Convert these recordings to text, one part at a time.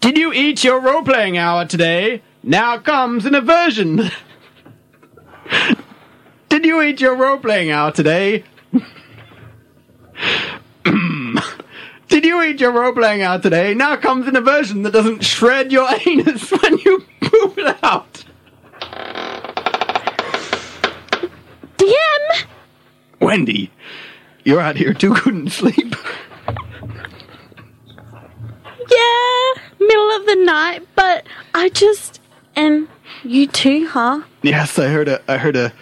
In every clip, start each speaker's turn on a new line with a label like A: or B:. A: Did you eat your role playing hour today? Now comes an aversion. Did you eat your role playing hour today? Did you eat your role playing hour today? Now comes an aversion that doesn't shred your anus when you poop it out.
B: DM!
A: Wendy, you're out here too, couldn't sleep.
B: Yeah, middle of the night, but I just. And you too, huh?
A: Yes, I heard a I heard a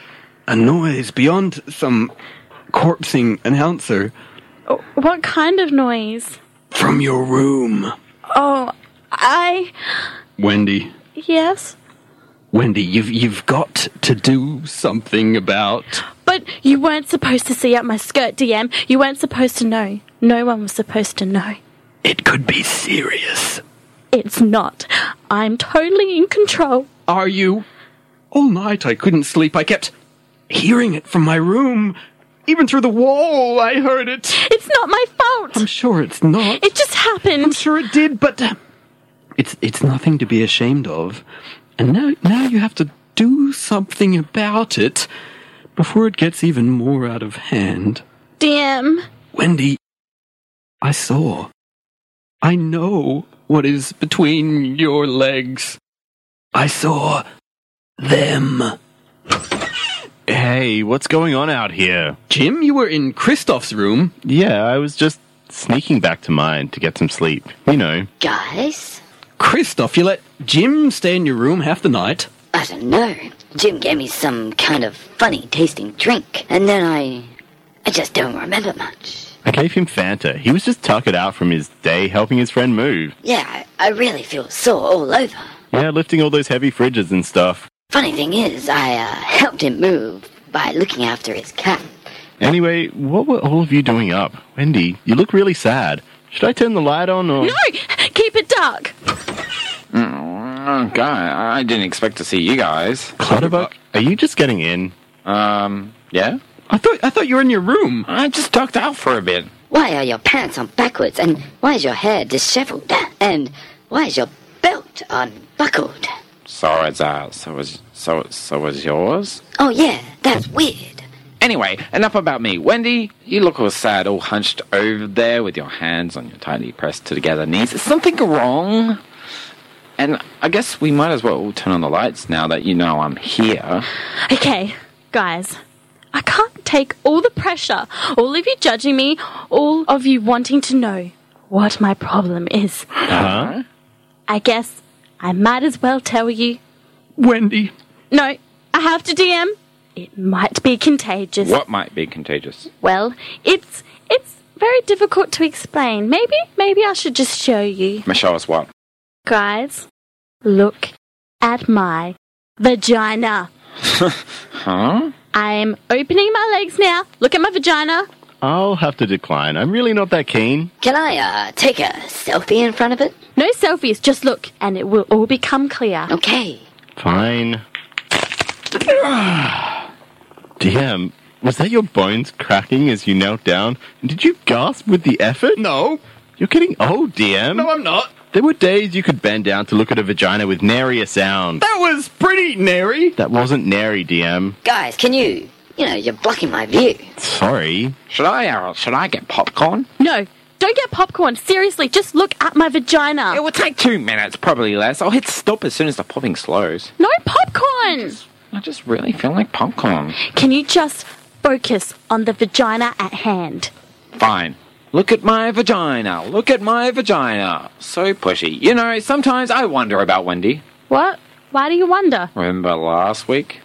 A: a noise beyond some corpsing announcer
B: What kind of noise?
A: from your room.
B: Oh, I.
A: Wendy,
B: Yes?
A: Wendy, you've you've got to do something about
B: But you weren't supposed to see up my skirt, DM. You weren't supposed to know. No one was supposed to know.
A: it could be serious.
B: It's not. I'm totally in control.
A: Are you? All night I couldn't sleep. I kept hearing it from my room. Even through the wall I heard it.
B: It's not my
A: I'm
B: fault.
A: sure it's not.
B: It just
A: I'm
B: happened.
A: sure it did, but uh, it's it's nothing to be ashamed of. And now now you have to do something about it before it gets even more out of hand.
B: DM.
A: Wendy, I saw. I know what is between your legs. I saw them.
C: Hey, what's going on out here?
A: Jim, you were in Christoph's room.
C: Yeah, I was just sneaking back to mine to get some sleep. You know,
D: Guys,
A: Christoph, you let Jim stay in your room half the night.
D: I don't know. Jim gave me some kind of funny tasting drink, and then I. I just don't remember much.
C: I gave him Fanta. He was just tuckered out from his day helping his friend move.
D: Yeah, I, I really feel sore all over.
C: Yeah, lifting all those heavy fridges and stuff.
D: Funny thing is, I uh, helped him move by looking after his cat.
C: Anyway, what were all of you doing up? Wendy, you look really sad. Should I turn the light on or.
B: No! Keep it dark.
E: Oh, God, I didn't expect to see you guys.
C: Clutterbuck, are you just getting in?
E: Um, yeah?
A: I thought I thought you were in your room.
E: I just tucked out for a bit.
D: Why are your pants on backwards, and why is your hair disheveled, and why is your belt unbuckled?
E: So is, uh, so is, so, so is yours?
D: Oh, yeah, that's weird.
E: Anyway, enough about me. Wendy, you look all sad, all hunched over there with your hands on your tightly pressed together knees. Is something wrong? And I guess we might as well all turn on the lights now that you know I'm here.
B: Okay, guys. I can't take all the pressure, all of you judging me, all of you wanting to know what my problem is.
C: Huh?
B: I guess I might as well tell you.
A: Wendy,
B: No, I have to DM. It might be contagious.
E: What might be contagious?
B: Well, it's it's very difficult to explain. Maybe maybe I should just show you.
E: Michelle is what?
B: Guys, look at my vagina.
E: Huh?
B: I'm opening my legs now. Look at my vagina.
C: I'll have to decline. I'm really not that keen.
D: Can I, uh, take a selfie in front of it?
B: No selfies, just look, and it will all become clear.
D: Okay.
C: Fine. DM, was that your bones cracking as you knelt down? Did you gasp with the effort?
A: no,
C: You're getting old, DM.
A: no, I'm not.
C: There were days you could bend down to look at a vagina with nary a sound.
A: That was pretty nary.
C: That wasn't nary, DM.
D: Guys, can you. You know, you're blocking my view.
C: Sorry.
E: Should I, uh, should I get popcorn?
B: No, don't get popcorn. Seriously, just look at my vagina.
E: It will take two minutes, probably less. I'll hit stop as soon as the popping slows.
B: No popcorn!
E: I just really feel like popcorn.
B: Can you just focus on the vagina at hand?
E: Fine. Look at my vagina. Look at my vagina. So pushy. You know, sometimes I wonder about Wendy.
B: What? Why do you wonder?
E: Remember last week?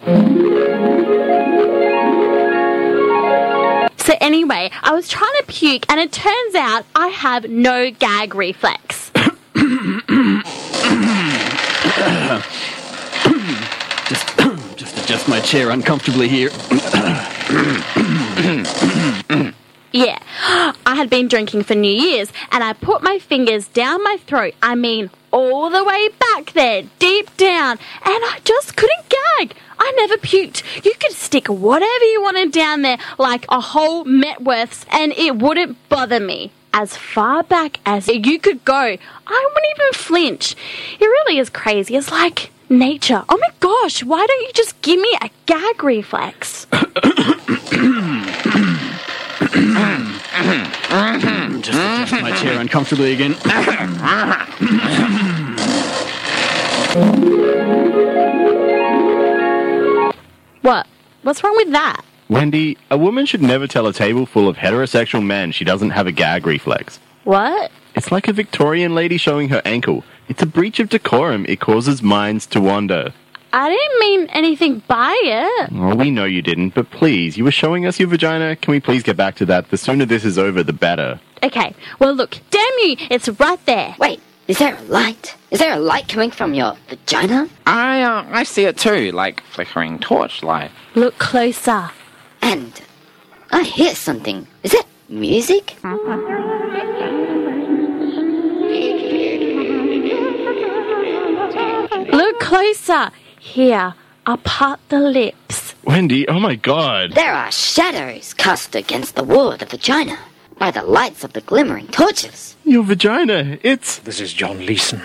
B: So, anyway, I was trying to puke, and it turns out I have no gag reflex.
A: Just, just adjust my chair uncomfortably here.
B: Yeah. I had been drinking for New Year's and I put my fingers down my throat. I mean, all the way back there, deep down. And I just couldn't gag. I never puked. You could stick whatever you wanted down there, like a whole Metworth's, and it wouldn't bother me as far back as you could go. I wouldn't even flinch. It really is crazy. It's like nature. Oh my gosh, why don't you just give me a gag reflex?
A: Just adjust my chair uncomfortably again.
B: What? What's wrong with that?
C: Wendy, a woman should never tell a table full of heterosexual men she doesn't have a gag reflex.
B: What?
C: It's like a Victorian lady showing her ankle. It's a breach of decorum. It causes minds to wander.
B: I didn't mean anything by it.
C: Well, we know you didn't, but please, you were showing us your vagina. Can we please get back to that? The sooner this is over, the better.
B: Okay, well, look, damn you, it's right there.
D: Wait, is there a light? Is there a light coming from your vagina?
E: I uh, I see it too, like flickering torchlight.
B: Look closer.
D: And I hear something. Is that music?
B: Look closer. Here, apart the lips.
C: Wendy, oh my god.
D: There are shadows cast against the wall of the vagina by the lights of the glimmering torches.
C: Your vagina, it's.
F: This is John Leeson,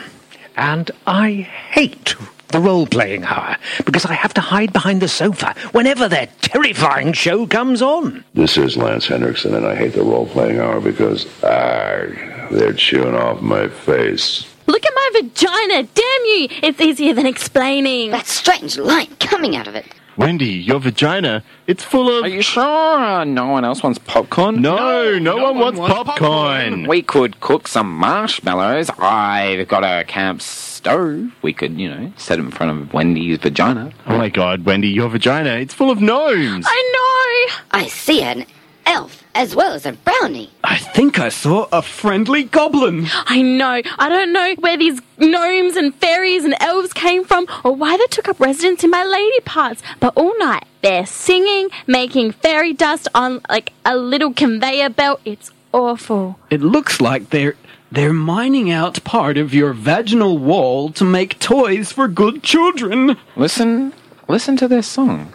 F: and I hate the role playing hour because I have to hide behind the sofa whenever their terrifying show comes on.
G: This is Lance Hendrickson, and I hate the role playing hour because, arg, they're chewing off my face.
B: Look at my vagina. Damn you, it's easier than explaining.
D: That strange light coming out of it.
C: Wendy, your vagina, it's full of.
E: Are you sure uh, no one else wants popcorn?
C: No, no, one, wants, popcorn.
E: We could cook some marshmallows. I've got a camp stove. We could, you know, set it in front of Wendy's vagina.
C: Oh my god, Wendy, your vagina, it's full of gnomes.
B: I know.
D: I see an elf as well as a brownie.
A: I think I saw a friendly goblin.
B: I know. I don't know where these gnomes and fairies and elves came from or why they took up residence in my lady parts, but all night they're singing, making fairy dust on like a little conveyor belt. It's awful.
A: It looks like they're they're mining out part of your vaginal wall to make toys for good children.
E: Listen, listen to this song.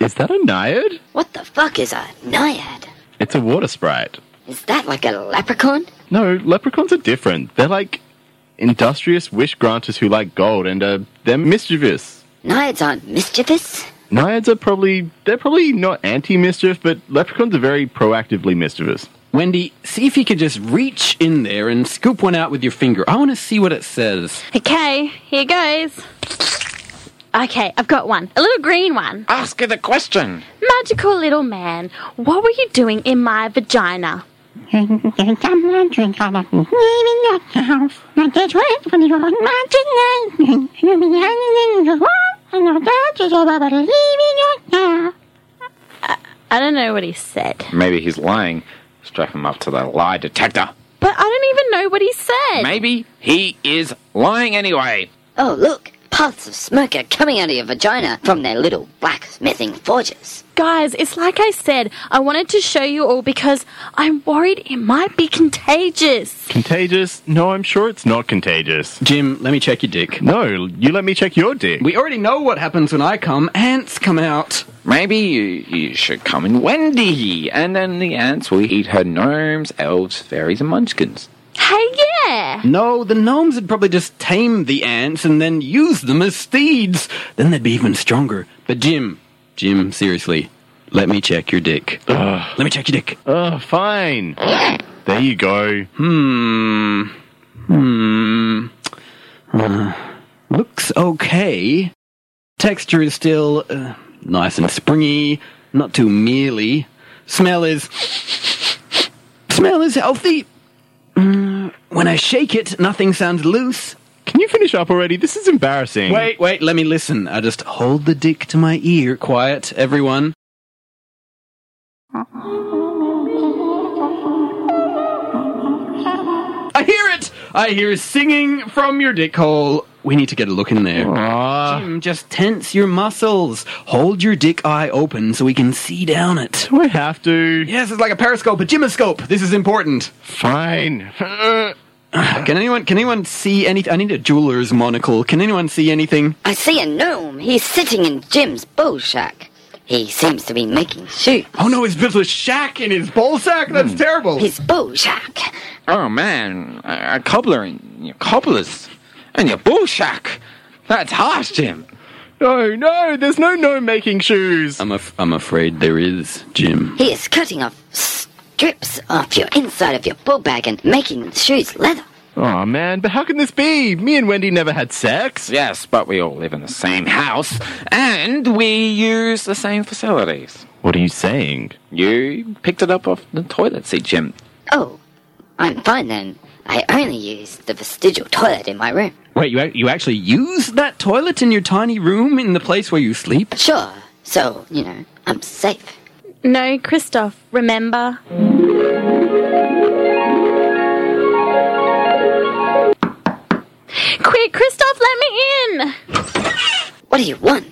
C: Is that a naiad?
D: What the fuck is a naiad?
C: It's a water sprite.
D: Is that like a leprechaun?
C: No, leprechauns are different. They're like industrious wish granters who like gold and uh, they're mischievous.
D: Naiads aren't mischievous.
C: Naiads are probably they're probably not anti-mischief, but leprechauns are very proactively mischievous.
A: Wendy, see if you could just reach in there and scoop one out with your finger. I want to see what it says.
B: Okay, here goes. Okay, I've got one. A little green one.
E: Ask her the question.
B: Magical little man, what were you doing in my vagina? I, I don't know what he said.
E: Maybe he's lying. Strap him up to the lie detector.
B: But I don't even know what he said.
E: Maybe he is lying anyway.
D: Oh, look, puffs of smoke are coming out of your vagina from their little blacksmithing forges.
B: Guys, it's like I said, I wanted to show you all because I'm worried it might be contagious.
C: Contagious? No, I'm sure it's not contagious.
A: Jim, let me check your dick.
C: No, you let me check your dick.
A: We already know what happens when I come. Ants come out.
E: Maybe you, you should come in Wendy, and then the ants will eat her gnomes, elves, fairies, and munchkins.
B: Hey, yeah.
A: No, the gnomes would probably just tame the ants and then use them as steeds. Then they'd be even stronger. But Jim, Jim, seriously, let me check your dick. Let me check your dick.
C: Oh, fine. There you go.
A: Hmm. Hmm. Uh, looks okay. Texture is still uh, nice and springy, not too mealy. Smell is. Smell is healthy. Mm, when I shake it, nothing sounds loose.
C: Can you finish up already? This is embarrassing.
A: Wait, wait, let me listen. I just hold the dick to my ear. Quiet, everyone. I hear it! I hear singing from your dick hole. We need to get a look in there.
C: Ah,
A: Jim, just tense your muscles. Hold your dick eye open so we can see down it.
C: Do I have to?
A: Yes, it's like a periscope, a gymnoscope. This is important.
C: Fine.
A: Can anyone can anyone see anything? I need a jeweler's monocle. Can anyone see anything?
D: I see a gnome. He's sitting in Jim's bull shack. He seems to be making shoes.
A: Oh no, he's built a shack in his ball sack. That's terrible.
D: His bull shack.
E: Oh man, a, a cobbler and your cobblers and your bull shack. That's harsh, Jim.
C: No, no, there's no gnome making shoes.
A: I'm af- I'm afraid there is, Jim.
D: He is cutting off strips off your inside of your bull bag and making the shoes leather.
C: Oh man, but how can this be? Me and Wendy never had sex.
E: Yes, but we all live in the same house and we use the same facilities.
C: What are you saying?
E: You picked it up off the toilet seat, Jim.
D: Oh, I'm fine then. I only used the vestigial toilet in my room.
A: Wait, you ac- you actually use that toilet in your tiny room in the place where you sleep?
D: Sure, so, you know, I'm safe.
B: No, Christoph, remember? Quick, Christoph, let me in!
D: What do you want?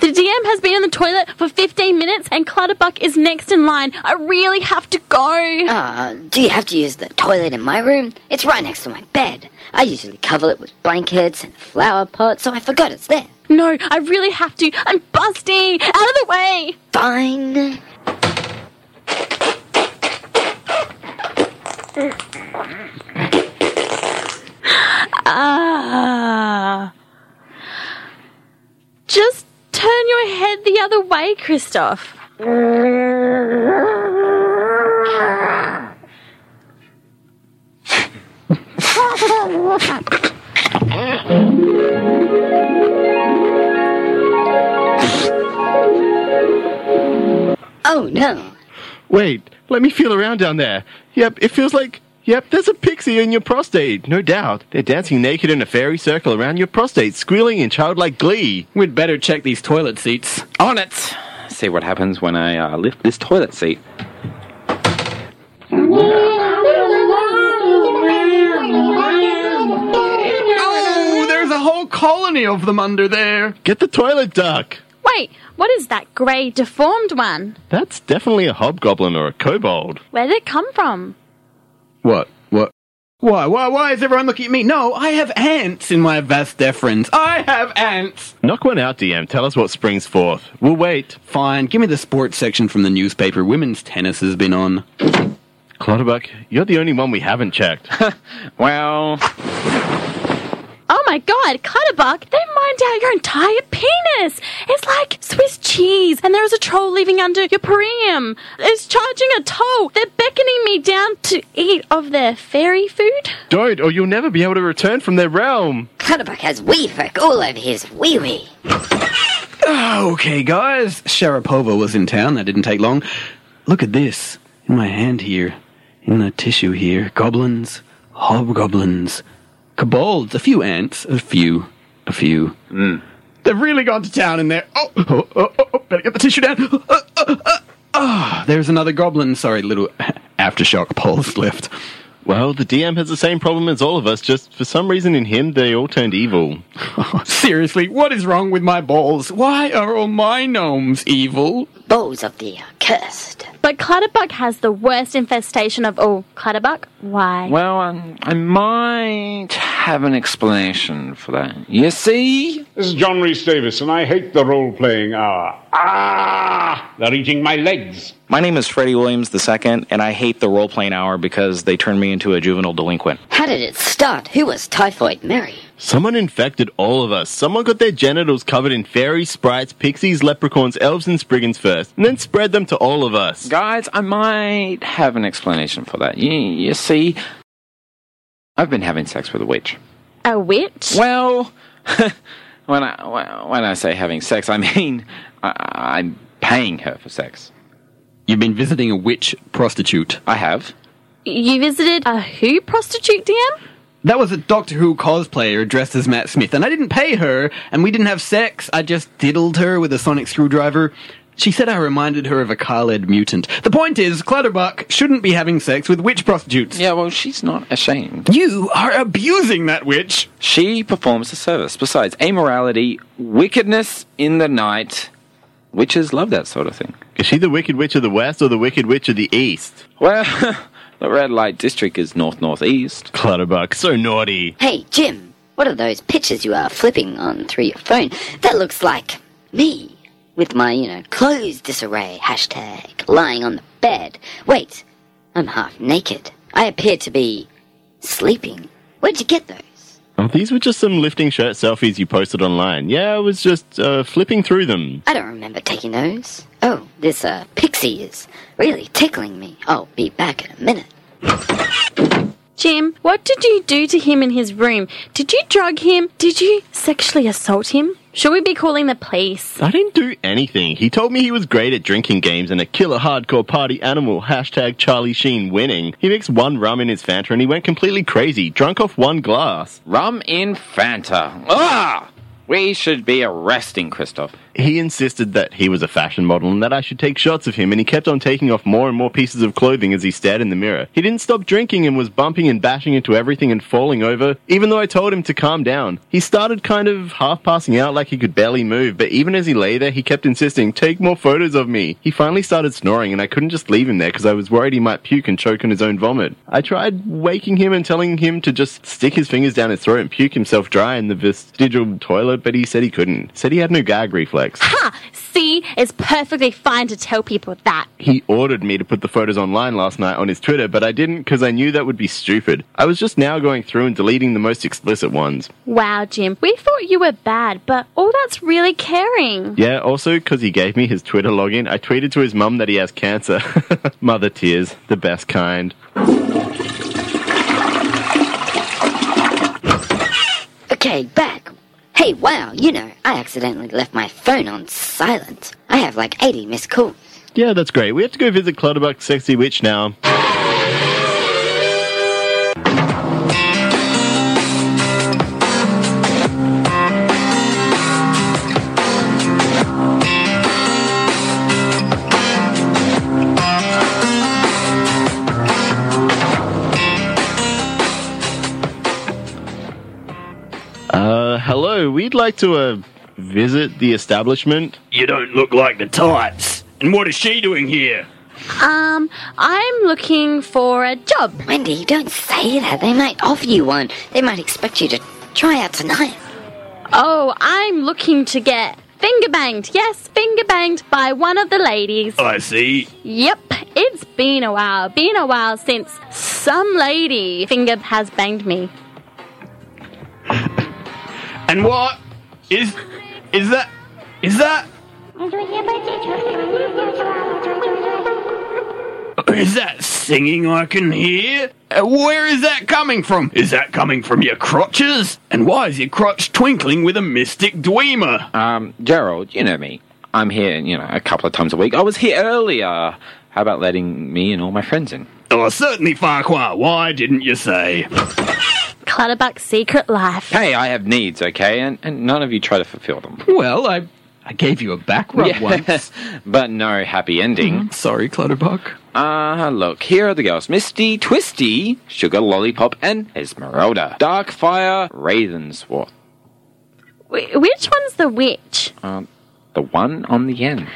B: The DM has been in the toilet for 15 minutes and Clutterbuck is next in line. I really have to go.
D: Uh, do you have to use the toilet in my room? It's right next to my bed. I usually cover it with blankets and a flower pot, so I forgot it's there.
B: No, I really have to. I'm busting. Out of the way.
D: Fine.
B: Ah. Just turn your head the other way, Christoph.
D: Oh no.
C: Wait, let me feel around down there. Yep, it feels like. Yep, there's a pixie in your prostate, no doubt. They're dancing naked in a fairy circle around your prostate, squealing in childlike glee.
A: We'd better check these toilet seats.
E: On it! See what happens when I uh, lift this toilet seat.
A: Oh, there's a whole colony of them under there.
C: Get the toilet duck!
B: Wait, what is that grey, deformed one?
C: That's definitely a hobgoblin or a kobold.
B: Where did it come from?
A: What? What? Why? Why? Why is everyone looking at me? No, I have ants in my vast deferens. I have ants.
C: Knock one out, DM. Tell us what springs forth. We'll wait.
A: Fine. Give me the sports section from the newspaper. Women's tennis has been on.
C: Clutterbuck, you're the only one we haven't checked.
E: Well,
B: Oh my god, Clutterbuck, they mined out your entire penis! It's like Swiss cheese, and there is a troll leaving under your perineum. It's charging a toll. They're beckoning me down to eat of their fairy food.
C: Don't, or you'll never be able to return from their realm.
D: Clutterbuck has wee folk all over his wee wee.
A: Okay, guys. Sharapova was in town. That didn't take long. Look at this in my hand here, in the tissue here. Goblins, hobgoblins, kobolds. A few ants. A few. A few. They've really gone to town in there. Oh, oh, oh, oh, oh, better get the tissue down. Oh, oh, oh, oh. Ah, there's another goblin. Sorry, little aftershock pulse left.
C: Well, the DM has the same problem as all of us, just for some reason in him, they all turned evil.
A: Seriously, what is wrong with my balls? Why are all my gnomes evil?
D: Balls of the accursed.
B: But Clutterbuck has the worst infestation of all. Clutterbuck, why?
E: well, um, I might have an explanation for that. You see?
H: This is John Rhys Davis, and I hate the role playing hour. Ah! They're eating my legs.
I: My name is Freddie Williams II, and I hate the role playing hour because they turned me into a juvenile delinquent.
D: How did it start? Who was Typhoid Mary?
C: Someone infected all of us. Someone got their genitals covered in fairies, sprites, pixies, leprechauns, elves, and spriggans first, and then spread them to all of us.
E: Guys, I might have an explanation for that. You, you see, I've been having sex with a witch.
B: A witch?
E: Well, when I when I say having sex, I mean I, I'm paying her for sex.
A: You've been visiting a witch prostitute.
E: I have.
B: You visited a who prostitute, DM?
A: That was a Doctor Who cosplayer dressed as Matt Smith, and I didn't pay her, and we didn't have sex. I just diddled her with a sonic screwdriver. She said I reminded her of a Khaled mutant. The point is, Clutterbuck shouldn't be having sex with witch prostitutes.
E: Yeah, well, she's not ashamed.
A: You are abusing that witch.
E: She performs a service. Besides, amorality, wickedness in the night. Witches love that sort of thing.
C: Is she the Wicked Witch of the West or the Wicked Witch of the East?
E: Well, The red light district is north northeast.
C: Clutterbuck, so naughty.
D: Hey, Jim, what are those pictures you are flipping on through your phone? That looks like me with my, you know, clothes disarray hashtag lying on the bed. Wait, I'm half naked. I appear to be sleeping. Where'd you get those?
C: Oh, these were just some lifting shirt selfies you posted online. Yeah, I was just uh, flipping through them.
D: I don't remember taking those. Oh, this uh, pixie is really tickling me. I'll be back in a minute.
B: Jim, what did you do to him in his room? Did you drug him? Did you sexually assault him? Should we be calling the police?
C: I didn't do anything. He told me he was great at drinking games and a killer hardcore party animal. Hashtag Charlie Sheen winning. He mixed one rum in his Fanta and he went completely crazy, drunk off one glass.
E: Rum in Fanta. Ah! We should be arresting Christoph.
C: He insisted that he was a fashion model and that I should take shots of him, and he kept on taking off more and more pieces of clothing as he stared in the mirror. He didn't stop drinking and was bumping and bashing into everything and falling over, even though I told him to calm down. He started kind of half passing out like he could barely move, but even as he lay there, he kept insisting, Take more photos of me. He finally started snoring, and I couldn't just leave him there because I was worried he might puke and choke on his own vomit. I tried waking him and telling him to just stick his fingers down his throat and puke himself dry in the vestigial toilet, but he said he couldn't. Said he had no gag reflex.
B: Ha! See, it's perfectly fine to tell people that.
C: he ordered me to put the photos online last night on his Twitter, but I didn't because I knew that would be stupid. I was just now going through and deleting the most explicit ones.
B: Wow, Jim, we thought you were bad, but all that's really caring.
C: Yeah, also because he gave me his Twitter login, I tweeted to his mum that he has cancer. Mother tears, the best kind.
D: Okay, back. Hey, wow, you know, I accidentally left my phone on silent. I have like 80 missed calls.
C: Yeah, that's great. We have to go visit Clutterbuck's sexy witch now. Uh, hello. We'd like to uh, visit the establishment.
A: You don't look like the types. And what is she doing here?
B: Um, I'm looking for a job.
D: Wendy, don't say that. They might offer you one. They might expect you to try out tonight.
B: Oh, I'm looking to get finger banged. Yes, finger banged by one of the ladies.
A: I see.
B: Yep, it's been a while. Been a while since some lady finger has banged me.
A: And what is is that is that is that singing I can hear? Uh, Where is that coming from? Is that coming from your crotches? And why is your crotch twinkling with a mystic dweemer?
E: Um, Gerald, you know me. I'm here, you know, a couple of times a week. I was here earlier. How about letting me and all my friends in?
A: Oh, certainly, Farquhar. Why didn't you say?
B: Clutterbuck's secret life.
E: Hey, I have needs, okay? And, and none of you try to fulfill them.
A: Well, I I gave you a back rub once. Mm-hmm.
E: but no happy ending.
A: Sorry, Clutterbuck.
E: Ah, look, here are the girls Misty, Twisty, Sugar Lollipop, and Esmeralda. Darkfire, Ravensworth.
B: Wh- which one's the witch?
E: The one on the end.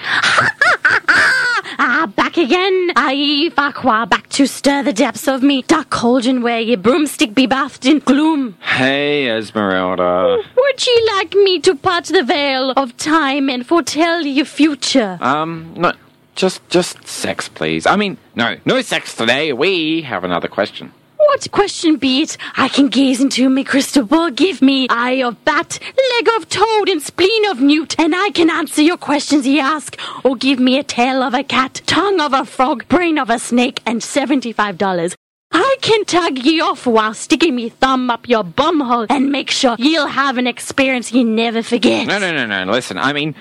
B: Ah, back again, aye, Farquhar, back to stir the depths of me dark cauldron where your broomstick be bathed in gloom.
E: Hey, Esmeralda.
B: Would ye like me to part the veil of time and foretell your future?
E: Um, no, just, just sex, please. I mean, no, no sex today. We have another question.
B: What question be it? I can gaze into me crystal ball, give me eye of bat, leg of toad, and spleen of newt, and I can answer your questions ye ask, or give me a tail of a cat, tongue of a frog, brain of a snake, and seventy-five dollars. I can tag ye off while sticking me thumb up your bum hole and make sure ye'll have an experience ye never forget.
E: No, no, no, no. Listen, I mean,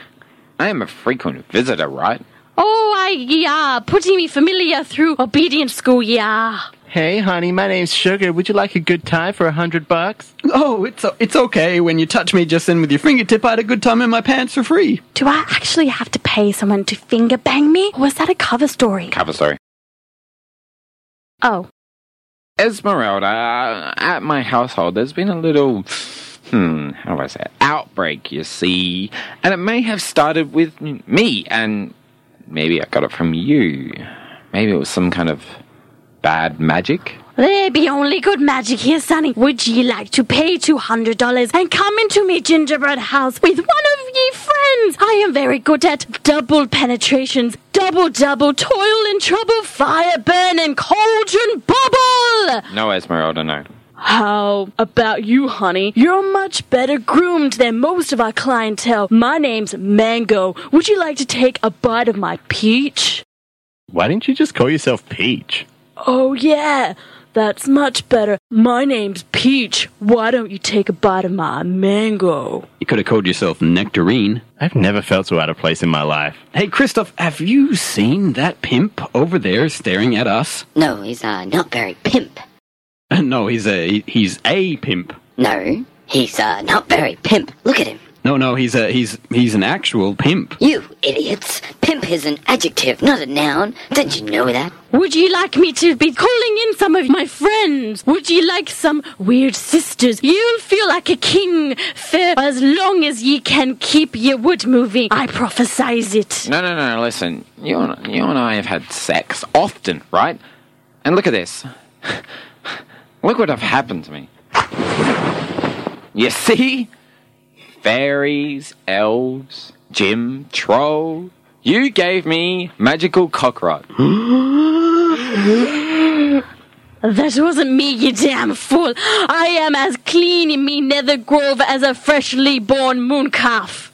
E: I am a frequent visitor, right?
B: Oh, I ye are, putting me familiar through obedience school ye are.
C: Hey, honey, my name's Sugar. Would you like a good time for a hundred bucks?
A: Oh, it's it's okay. When you touch me just in with your fingertip, I had a good time and my pants for free.
B: Do I actually have to pay someone to finger bang me? Or was that a cover story?
E: Cover story.
B: Oh,
E: Esmeralda, uh, at my household, there's been a little, hmm, how do I say it? Outbreak, you see. And it may have started with me, and maybe I got it from you. Maybe it was some kind of bad magic?
B: There be only good magic here, Sonny. Would ye like to pay $200 and come into me gingerbread house with one of ye friends? I am very good at double penetrations, double, double, toil and trouble, fire burn and cauldron bubble!
E: No, Esmeralda, no.
B: How about you, honey? You're much better groomed than most of our clientele. My name's Mango. Would you like to take a bite of my peach?
C: Why didn't you just call yourself Peach?
B: Oh, yeah, that's much better. My name's Peach. Why don't you take a bite of my mango?
A: You could have called yourself Nectarine.
C: I've never felt so out of place in my life.
A: Hey, Christoph, have you seen that pimp over there staring at us?
D: No, he's uh, not very pimp.
A: No, he's a he's a pimp.
D: No, he's uh, not very pimp. Look at him.
A: No, no, he's a he's he's an actual pimp.
D: You idiots! Pimp is an adjective, not a noun. Didn't you know that?
B: Would you like me to be calling in some of my friends? Would you like some weird sisters? You'll feel like a king for as long as ye can keep your wood moving. I prophesize it.
E: No, no, no, listen. You and, you and I have had sex often, right? And look at this. look what have happened to me. You see? Fairies, elves, Jim, troll. You gave me magical cockroach.
B: That wasn't me, you damn fool. I am as clean in me nether grove as a freshly born moon calf.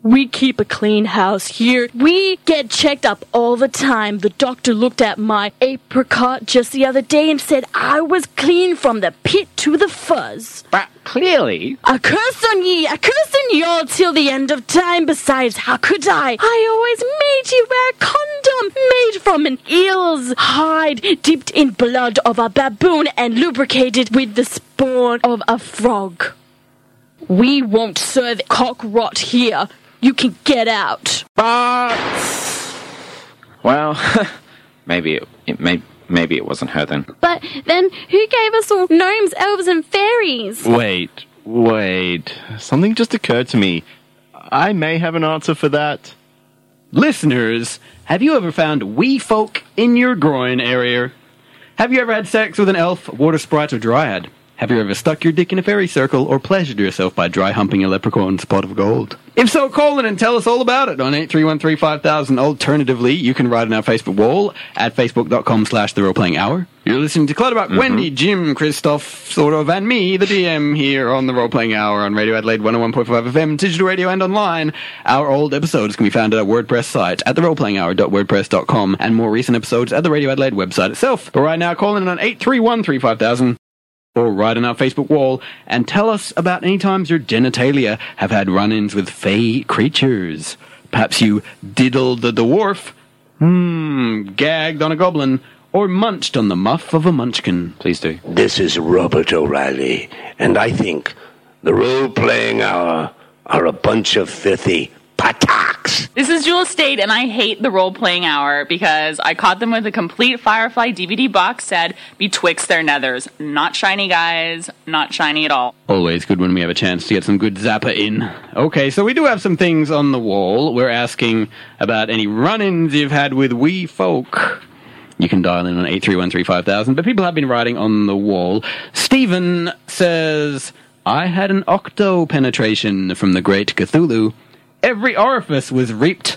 B: We keep a clean house here. We get checked up all the time. The doctor looked at my apricot just the other day and said I was clean from the pit to the fuzz.
E: But clearly,
B: A curse on ye, a curse on ye all till the end of time. Besides, how could I? I always made you wear a condom made from an eel's hide, dipped in blood of a baboon and lubricated with the spawn of a frog. We won't serve cock rot here. You can get out.
E: But well, maybe it, it may, maybe it wasn't her then.
B: But then who gave us all gnomes, elves, and fairies?
C: Wait, wait. Something just occurred to me. I may have an answer for that.
A: Listeners, have you ever found wee folk in your groin area? Have you ever had sex with an elf, water sprite, or dryad? Have you ever stuck your dick in a fairy circle or pleasured yourself by dry humping a leprechaun's pot of gold? If so, call in and tell us all about it on 83135000. Alternatively, you can write on our Facebook wall at facebook.com slash the role-playing hour. You're listening to Clutterbuck, Wendy, Jim, Christoph, sort of, and me, the DM, here on the Role Playing Hour on Radio Adelaide 101.5 FM, digital radio, and online. Our old episodes can be found at our WordPress site at theroleplayinghour.wordpress.com and more recent episodes at the Radio Adelaide website itself. But right now, call in on 831 or write on our Facebook wall and tell us about any times your genitalia have had run ins with fey creatures. Perhaps you diddled the dwarf, hmm, gagged on a goblin, or munched on the muff of a munchkin.
E: Please do.
J: This is Robert O'Reilly, and I think the role playing hour are a bunch of filthy pataks.
K: This is Jewel State, and I hate the role playing hour because I caught them with a complete Firefly DVD box set betwixt their nethers. Not shiny, guys. Not shiny at all.
A: Always good when we have a chance to get some good zapper in. Okay, so we do have some things on the wall. We're asking about any run ins you've had with wee folk. You can dial in on 831 but people have been writing on the wall. Stephen says, I had an octo penetration from the great Cthulhu. Every orifice was reaped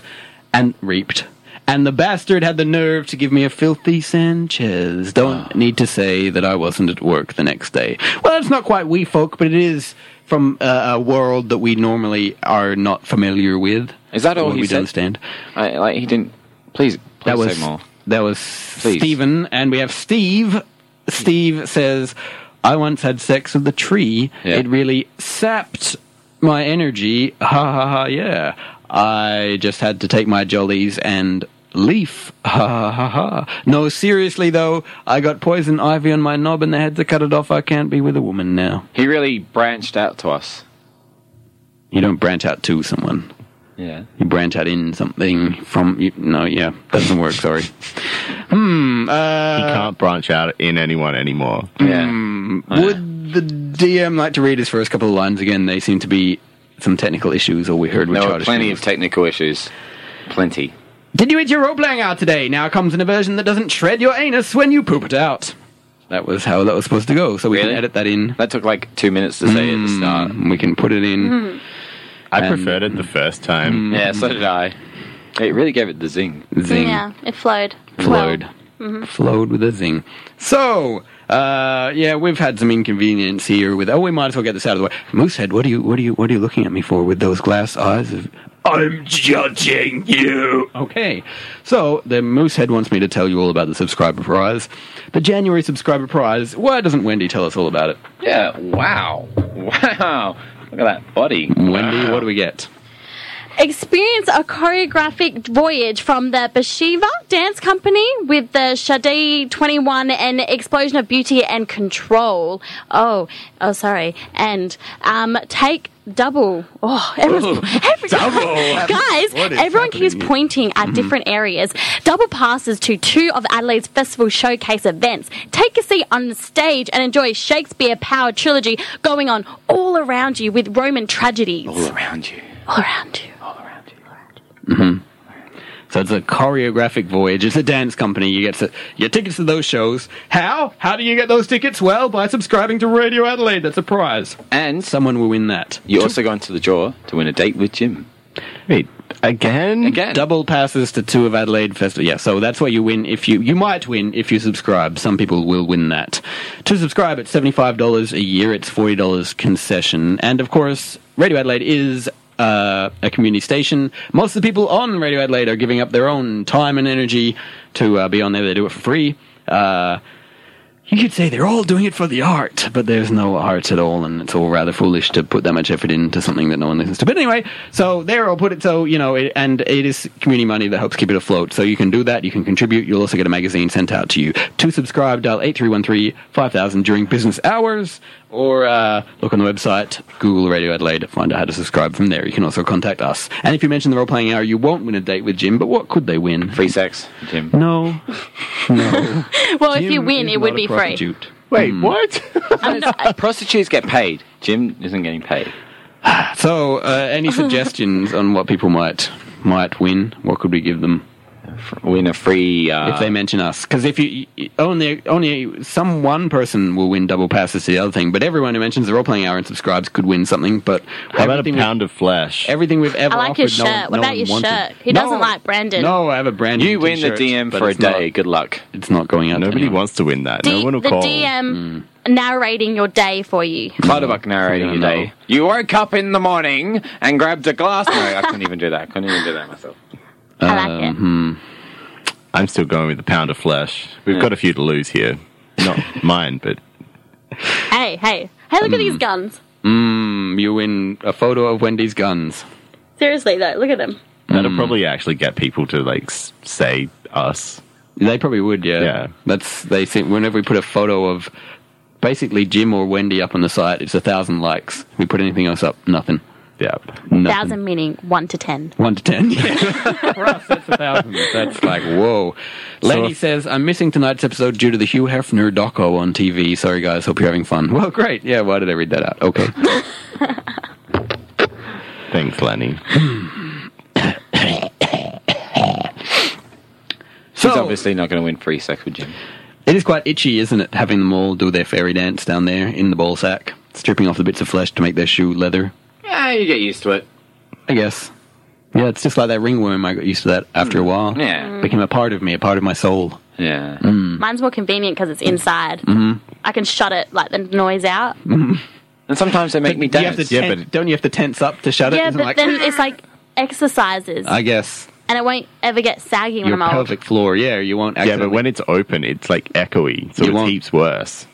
A: and reaped. And the bastard had the nerve to give me a filthy Sanchez.
E: Ah.
A: Don't need to say that I wasn't at work the next day. Well, it's not quite we folk, but it is from uh, a world that we normally are not familiar with.
E: Is that all
A: What
E: he
A: we
E: said?
A: don't understand?
E: I, like he didn't. Please, please
A: that was
E: say more.
A: that was Stephen, and we have Steve. Steve says, "I once had sex with a tree.
E: Yeah.
A: It really sapped my energy. Ha ha ha! Yeah, I just had to take my jollies and." Leaf. Ha ha ha ha. No, seriously though, I got poison ivy on my knob and they had to cut it off. I can't be with a woman now.
E: He really branched out to us.
A: You don't branch out to someone.
E: Yeah.
A: You branch out in something from you. No, yeah, doesn't work. Sorry. Hmm. Uh,
C: He can't branch out in anyone anymore.
E: Yeah.
A: Would the DM like to read his first couple of lines again? They seem to be some technical issues, or we heard
E: there
A: Richard
E: were plenty
A: issues.
E: of technical issues. Plenty.
A: Did you eat your role playing hour today? Now comes an aversion that doesn't shred your anus when you poop it out. That was how that was supposed to go, so we can edit that in. Mm,
E: That took like two minutes to say at the start.
A: We can put it in.
C: I preferred it the first time.
E: Yeah, so did I. It really gave it the zing.
A: Zing.
B: Yeah, it flowed.
A: Flowed.
B: hmm
A: Flowed with a zing. So, uh, yeah, we've had some inconvenience here with. Oh, we might as well get this out of the way. Moosehead, what are you, what are you, what are you looking at me for with those glass eyes? Of, I'm judging you. Okay. So, the Moosehead wants me to tell you all about the subscriber prize. The January subscriber prize. Why doesn't Wendy tell us all about it?
E: Yeah, wow. Wow. Look at that body.
A: Wendy, what do we get?
B: Experience a choreographic voyage from the Bashiva Dance Company with the Shade 21 and Explosion of Beauty and Control. Oh, oh, sorry. And um, take double. Oh, everyone's, every, guys,
L: What is
B: everyone keeps pointing at different areas. Double passes to two of Adelaide's festival showcase events. Take a seat on the stage and enjoy Shakespeare Power Trilogy going on all around you with Roman tragedies. All
E: around you.
B: All around you.
A: hmm So it's a choreographic voyage. It's a dance company. You get to, your tickets to those shows. How? How do you get those tickets? Well, by subscribing to Radio Adelaide. That's a prize.
E: And
A: someone will win that.
E: You also go into the draw to win a date with Jim.
A: Wait,
C: again?
E: Again.
A: Double passes to two of Adelaide Festival. Yeah, so that's what you win if you you might win if you subscribe. Some people will win that. To subscribe, it's seventy five dollars a year. It's forty dollars concession, and of course, Radio Adelaide is. Uh, a community station. Most of the people on Radio Adelaide are giving up their own time and energy to uh, be on there. They do it for free. Uh, you could say they're all doing it for the art, but there's no art at all, and it's all rather foolish to put that much effort into something that no one listens to. But anyway, so there I'll put it so, you know, it, and it is community money that helps keep it afloat. So you can do that, you can contribute, you'll also get a magazine sent out to you. To subscribe, dial 8313 5000 during business hours, or uh, look on the website, Google Radio Adelaide, find out how to subscribe from there. You can also contact us. And if you mention the role playing hour, you won't win a date with Jim, but what could they win? Free
E: sex, Jim.
A: No. No.
B: Well, if
A: Jim
B: you win,
A: is
B: it would
A: not a
B: be free.
A: prostitute.
C: Wait, what?
E: Prostitutes get paid. Jim isn't getting paid.
A: So, uh, any suggestions on what people might might win? What could we give them?
E: Win a free uh,
A: if they mention us, because if you you- only only some one person will win double passes to the other thing, but everyone who mentions the role playing hour and subscribes could win something. But how
C: about a pound of flesh?
A: Everything we've ever
B: I like
A: offered,
B: his
A: no one-
B: shirt. what
A: no
B: about
A: one
B: your
A: wanted.
B: shirt? He
A: No,
B: doesn't like Brandon.
A: No, I have a brand.
E: You win the DM for a day. Good luck.
A: It's not going out.
C: Nobody wants to win that.
B: D- uh, the
A: Mm.
B: DM narrating your day for you.
E: Clutterbuck narrating your day. You woke up in the morning and grabbed a glass. No, I couldn't even do that. I couldn't even do that myself.
B: I like
A: Um,
B: it.
A: hmm.
C: I'm still going with the pound of flesh. We've got a few to lose here. Not mine, but
B: Hey, hey. Hey, look at these guns.
A: Mm, you win a photo of Wendy's guns.
B: Seriously, though, look at them.
C: that'll probably actually get people to like s- say us.
A: They probably would, yeah. That's they think whenever we put a photo of basically Jim or Wendy up on the site, it's a thousand likes. We put anything else up, nothing.
C: Yep.
A: Nothing.
B: Thousand meaning one to ten.
A: One to ten. For us, that's a thousand. That's like whoa. Lady says, "I'm missing tonight's episode due to the Hugh Hefner doco on TV. Sorry, guys. Hope you're having fun." Well, great. Yeah. Why did I read that out? Okay.
C: Thanks, Lenny.
E: She's obviously not going to win free sex with Jim.
A: It is quite itchy, isn't it? Having them all do their fairy dance down there in the ball sack, stripping off the bits of flesh to make their shoe leather.
E: Yeah, you get used to it.
A: I guess. Yeah, it's just like that ringworm. I got used to that after a while.
E: Hmm. Yeah.
A: Became a part of me, a part of my soul.
E: Yeah.
A: Mm.
B: Mine's more convenient because it's inside.
A: Mm-hmm.
B: I can shut it, like the noise out.
E: And sometimes they make me
A: dance. You have to
E: Yeah,
A: tense, don't you have to tense up to shut it?
B: yeah,
A: Isn't
B: but
A: like-
B: then it's like exercises,
A: I guess.
B: and it won't ever get saggy when
A: Your
B: I'm old.
A: pelvic floor, yeah, you won't
C: Yeah, but when it's open, it's like echoey, so it's heaps worse.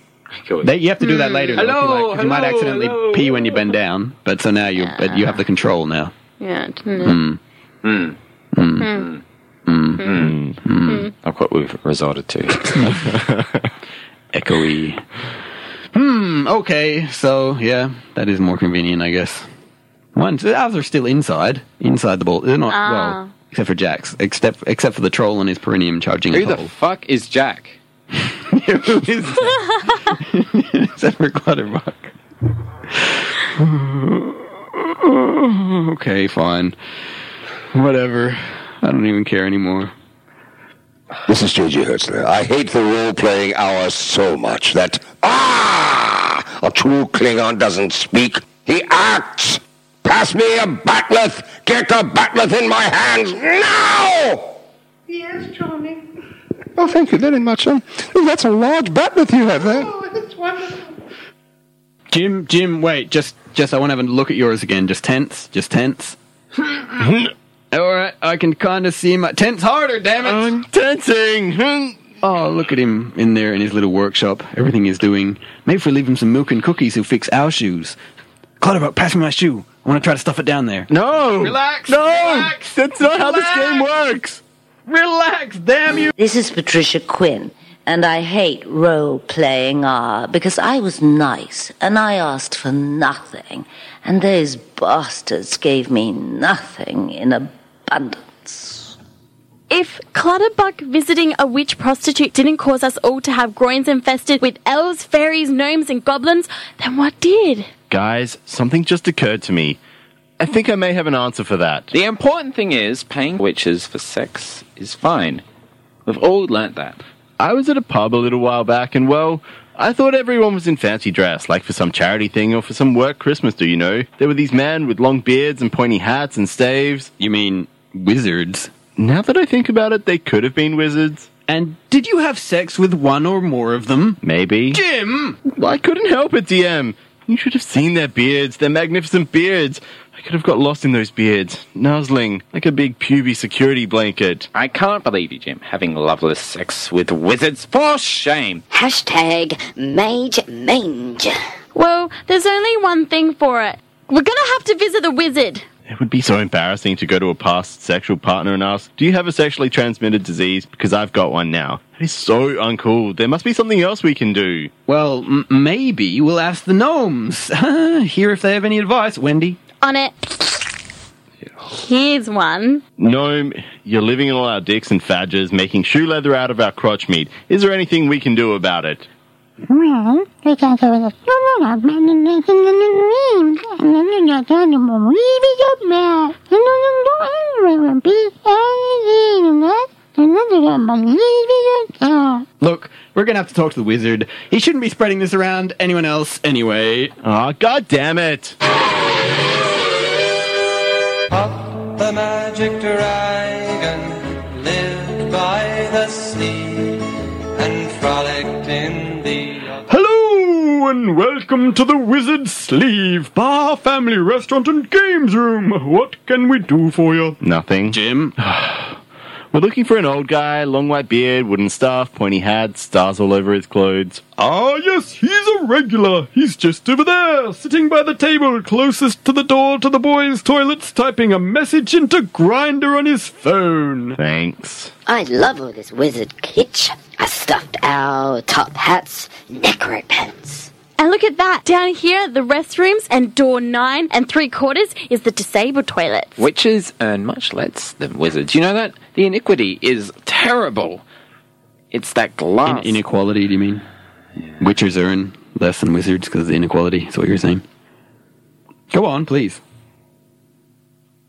A: They, you have to do that later. though, if you
B: Hello,
A: like, 'cause you might
B: hello,
A: accidentally pee when you bend down, but so now you but you have the control now.
B: Yeah.
A: Mm.
E: Mm.
B: Mm.
E: Mm. Mm. Like what we've resorted to.
A: Echoey. Hmm. Okay. So yeah, that is more convenient, I guess. One, the ours are still inside, inside the ball. They're not
E: Ah.
A: well, except for Jack's, except except for the troll and his perineum charging
E: Who
A: a
E: the
A: hole.
E: fuck is Jack?
A: Who is except for Clutterbuck. okay, fine. Whatever. I don't even care anymore.
J: This is J.J. Hertzler. I hate the role playing hour so much that. Ah! A true Klingon doesn't speak, he acts! Pass me a batleth! Get the batleth in my hands now!
L: Yes, Johnny.
J: Oh, thank you very much. Um, that's a large batleth you have eh? there.
L: Oh, that's wonderful.
A: Jim, Jim, wait, just, just, I want to have a look at yours again. Just tense, just tense. All right, I can kind of see my tense harder. Damn it! I'm
C: tensing.
A: oh, look at him in there in his little workshop. Everything he's doing. Maybe if we leave him some milk and cookies, he'll fix our shoes. Clutterbuck, pass me my shoe. I want to try to stuff it down there.
C: No,
A: relax.
C: No, that's not how this game works.
A: Relax, damn you.
M: This is Patricia Quinn, and I hate role playing R because I was nice and I asked for nothing, and those bastards gave me nothing in abundance.
B: If Clutterbuck visiting a witch prostitute didn't cause us all to have groins infested with elves, fairies, gnomes, and goblins, then what did?
C: Guys, something just occurred to me. I think I may have an answer for that.
E: The important thing is paying witches for sex is fine. We've all learnt that.
C: I was at a pub a little while back, and well, I thought everyone was in fancy dress, like for some charity thing or for some work Christmas, do you know? There were these men with long beards and pointy hats and staves.
A: You mean wizards?
C: Now that I think about it, they could have been wizards.
A: And did you have sex with one or more of them?
C: Maybe.
A: Jim!
C: I couldn't help it, DM. You should have seen their beards, their magnificent beards. I could have got lost in those beards, nuzzling like a big puby security blanket.
E: I can't believe you, Jim, having loveless sex with wizards. For shame!
D: Hashtag Mage Manger.
B: Well, there's only one thing for it. We're gonna have to visit the wizard.
C: It would be so embarrassing to go to a past sexual partner and ask, Do you have a sexually transmitted disease? Because I've got one now. That is so uncool. There must be something else we can do.
A: Well, m- maybe we'll ask the gnomes. Hear if they have any advice, Wendy.
B: On it. Here's one.
C: Gnome, you're living in all our dicks and fadges, making shoe leather out of our crotch meat. Is there anything we can do about it?
L: Well, we can go with a
A: Look, we're gonna have to talk to the wizard. He shouldn't be spreading this around anyone else anyway.
C: Ah, god damn it!
N: Pop the magic dragon lived by the sea and frolicked in the
O: Hello and welcome to the Wizard Sleeve Bar Family Restaurant and Games Room. What can we do for you?
C: Nothing.
A: Jim?
C: We're looking for an old guy, long white beard, wooden staff, pointy hat, stars all over his clothes.
O: Ah, yes, he's a regular. He's just over there, sitting by the table closest to the door to the boys' toilets, typing a message into Grinder on his phone.
C: Thanks.
D: I love all this wizard kitsch. I stuffed our top hats, necro pants.
B: And look at that. Down here, the restrooms and door nine and three quarters is the disabled toilet.
E: Witches earn much less than wizards. You know that? The iniquity is terrible. It's that glass.
A: inequality, do you mean? Witchers earn less than wizards because of the inequality, is what you're saying. Go on, please.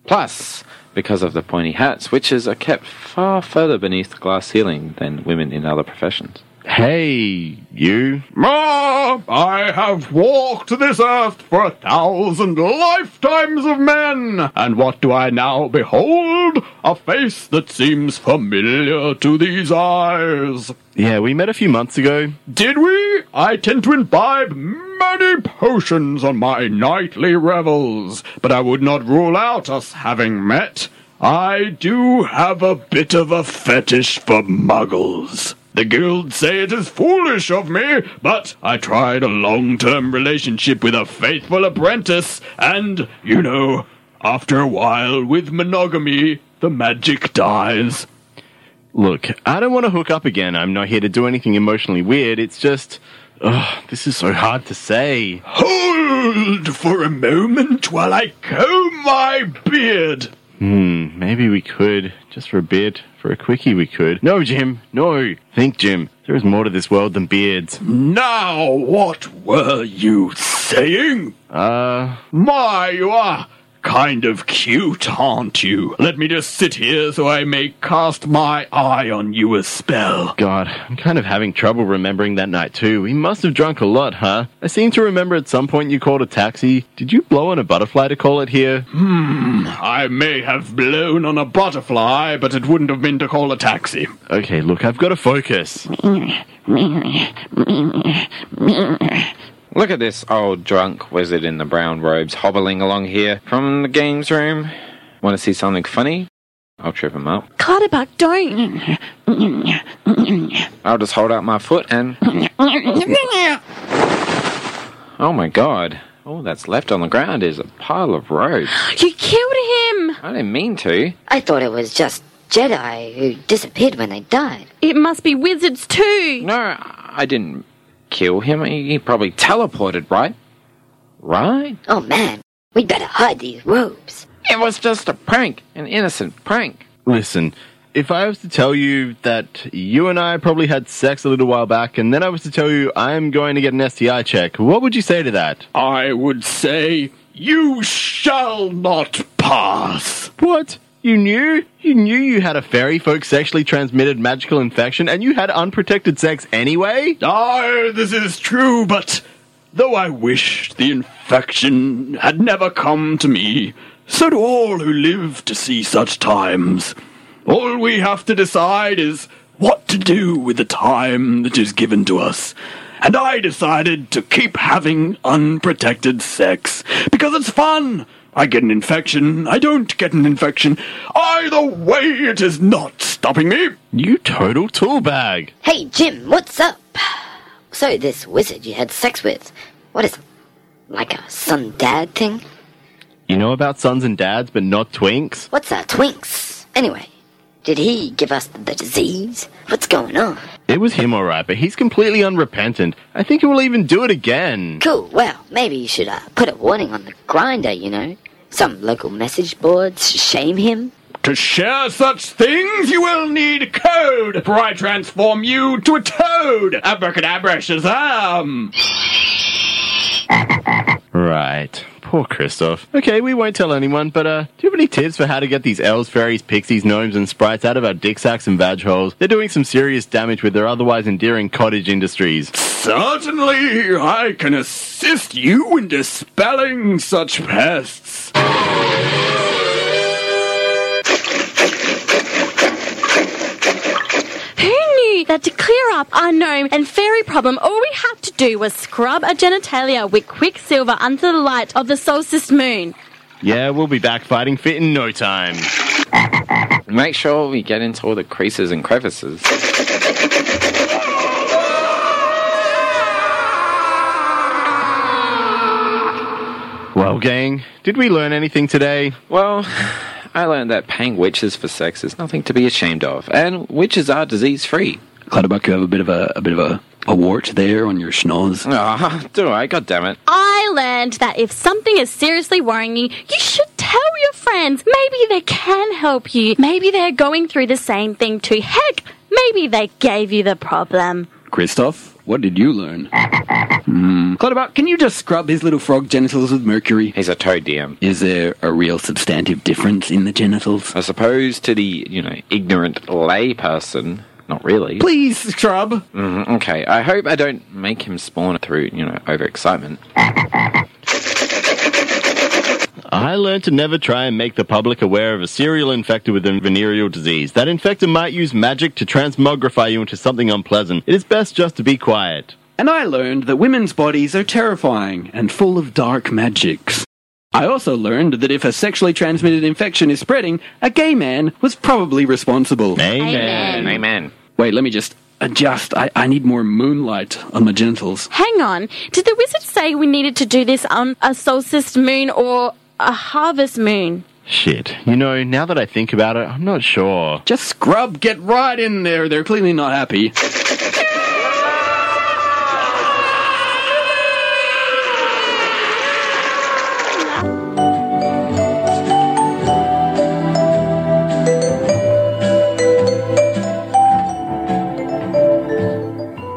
E: Plus, because of the pointy hats, witches are kept far further beneath the glass ceiling than women in other professions.
C: Hey, you.
O: Ma, I have walked this earth for a thousand lifetimes of men, and what do I now behold? A face that seems familiar to these eyes.
C: Yeah, we met a few months ago.
O: Did we? I tend to imbibe many potions on my nightly revels, but I would not rule out us having met. I do have a bit of a fetish for muggles. The guild say it is foolish of me, but I tried a long-term relationship with a faithful apprentice, and, you know, after a while with monogamy, the magic dies.
C: Look, I don't want to hook up again. I'm not here to do anything emotionally weird. It's just. Ugh, this is so hard to say.
O: Hold for a moment while I comb my beard.
C: Hmm, maybe we could. Just for a bit. For a quickie, we could. No, Jim. No. Think, Jim. There is more to this world than beards.
O: Now, what were you saying?
C: Uh.
O: My, you are kind of cute, aren't you? Let me just sit here so I may cast my eye on you a spell.
C: God, I'm kind of having trouble remembering that night too. We must have drunk a lot, huh? I seem to remember at some point you called a taxi. Did you blow on a butterfly to call it here?
O: Hmm, I may have blown on a butterfly, but it wouldn't have been to call a taxi.
C: Okay, look, I've got to focus.
E: Look at this old drunk wizard in the brown robes hobbling along here from the games room. Want to see something funny? I'll trip him up.
B: Clutterbuck, don't.
E: I'll just hold out my foot and. Oh my god. All that's left on the ground is a pile of robes.
B: You killed him!
E: I didn't mean to.
D: I thought it was just Jedi who disappeared when they died.
B: It must be wizards too!
E: No. I didn't kill him. He he probably teleported, right? Right?
D: Oh man, we better hide these robes.
E: It was just a prank, an innocent prank.
C: Listen, if I was to tell you that you and I probably had sex a little while back, and then I was to tell you I'm going to get an STI check, what would you say to that?
O: I would say, You shall not pass.
C: What? You knew? You knew you had a fairy folk sexually transmitted magical infection, and you had unprotected sex anyway?
O: Ah, this is true, but though I wished the infection had never come to me, so do all who live to see such times. All we have to decide is what to do with the time that is given to us. And I decided to keep having unprotected sex because it's fun. I get an infection, I don't get an infection. Either way, it is not stopping me.
C: You total tool bag.
D: Hey Jim, what's up? So this wizard you had sex with, what is it? Like a son dad thing?
C: You know about sons and dads, but not twinks?
D: What's our twinks? Anyway, did he give us the disease? What's going on?
C: It was him, alright, but he's completely unrepentant. I think he will even do it again.
D: Cool, well, maybe you should uh, put a warning on the grinder, you know? Some local message boards shame him.
O: To share such things, you will need code, for I transform you to a toad. Abracadabra Shazam!
C: Right. Poor Christoph. Okay, we won't tell anyone, but uh, do you have any tips for how to get these elves, fairies, pixies, gnomes, and sprites out of our dick sacks and badge holes? They're doing some serious damage with their otherwise endearing cottage industries.
O: Certainly, I can assist you in dispelling such pests.
B: Who knew that to clear up our gnome and fairy problem, all we had to do was scrub our genitalia with quicksilver under the light of the solstice moon?
C: Yeah, we'll be back fighting fit in no time.
E: Make sure we get into all the creases and crevices.
C: Well, gang, did we learn anything today?
E: Well, I learned that paying witches for sex is nothing to be ashamed of, and witches are disease free.
A: Clutterbuck, you have a bit of a, a bit of a, a wart there on your schnoz.
E: Ah, do I? God damn it.
B: I learned that if something is seriously worrying you, you should tell your friends. Maybe they can help you. Maybe they're going through the same thing too. Heck, maybe they gave you the problem.
A: Christoph, what did you learn? Hmm. Clutterbuck, can you just scrub his little frog genitals with mercury?
E: He's a toad DM.
A: Is there a real substantive difference in the genitals?
E: I suppose to the, you know, ignorant layperson, not really.
O: Please, scrub.
E: Mhm, okay, I hope I don't make him spawn through, you know, overexcitement.
C: I learned to never try and make the public aware of a serial infected with a venereal disease. That infector might use magic to transmogrify you into something unpleasant. It is best just to be quiet.
A: And I learned that women's bodies are terrifying and full of dark magics. I also learned that if a sexually transmitted infection is spreading, a gay man was probably responsible.
C: Amen.
E: Amen.
A: Wait, let me just adjust. I, I need more moonlight on my genitals.
B: Hang on, did the wizard say we needed to do this on a solstice moon or a harvest moon?
C: Shit. You know, now that I think about it, I'm not sure.
A: Just scrub, get right in there. They're clearly not happy.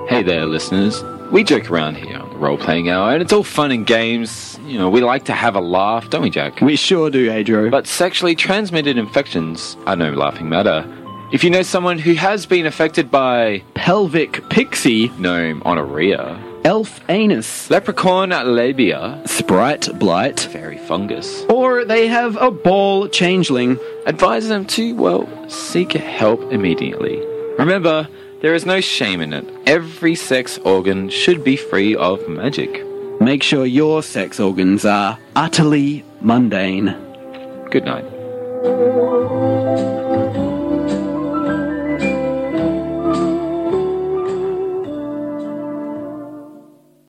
E: Hey there, listeners. We joke around here on the role playing hour, and it's all fun and games. You You know, we like to have a laugh, don't we, Jack?
A: We sure do, Adro.
E: But sexually transmitted infections are no laughing matter. If you know someone who has been affected by
A: pelvic pixie,
E: gnome honorrhea,
A: elf anus,
E: leprechaun labia,
A: sprite blight,
E: fairy fungus,
A: or they have a ball changeling,
E: advise them to, well, seek help immediately. Remember, there is no shame in it. Every sex organ should be free of magic.
A: make sure your sex organs are utterly mundane.
E: Good night.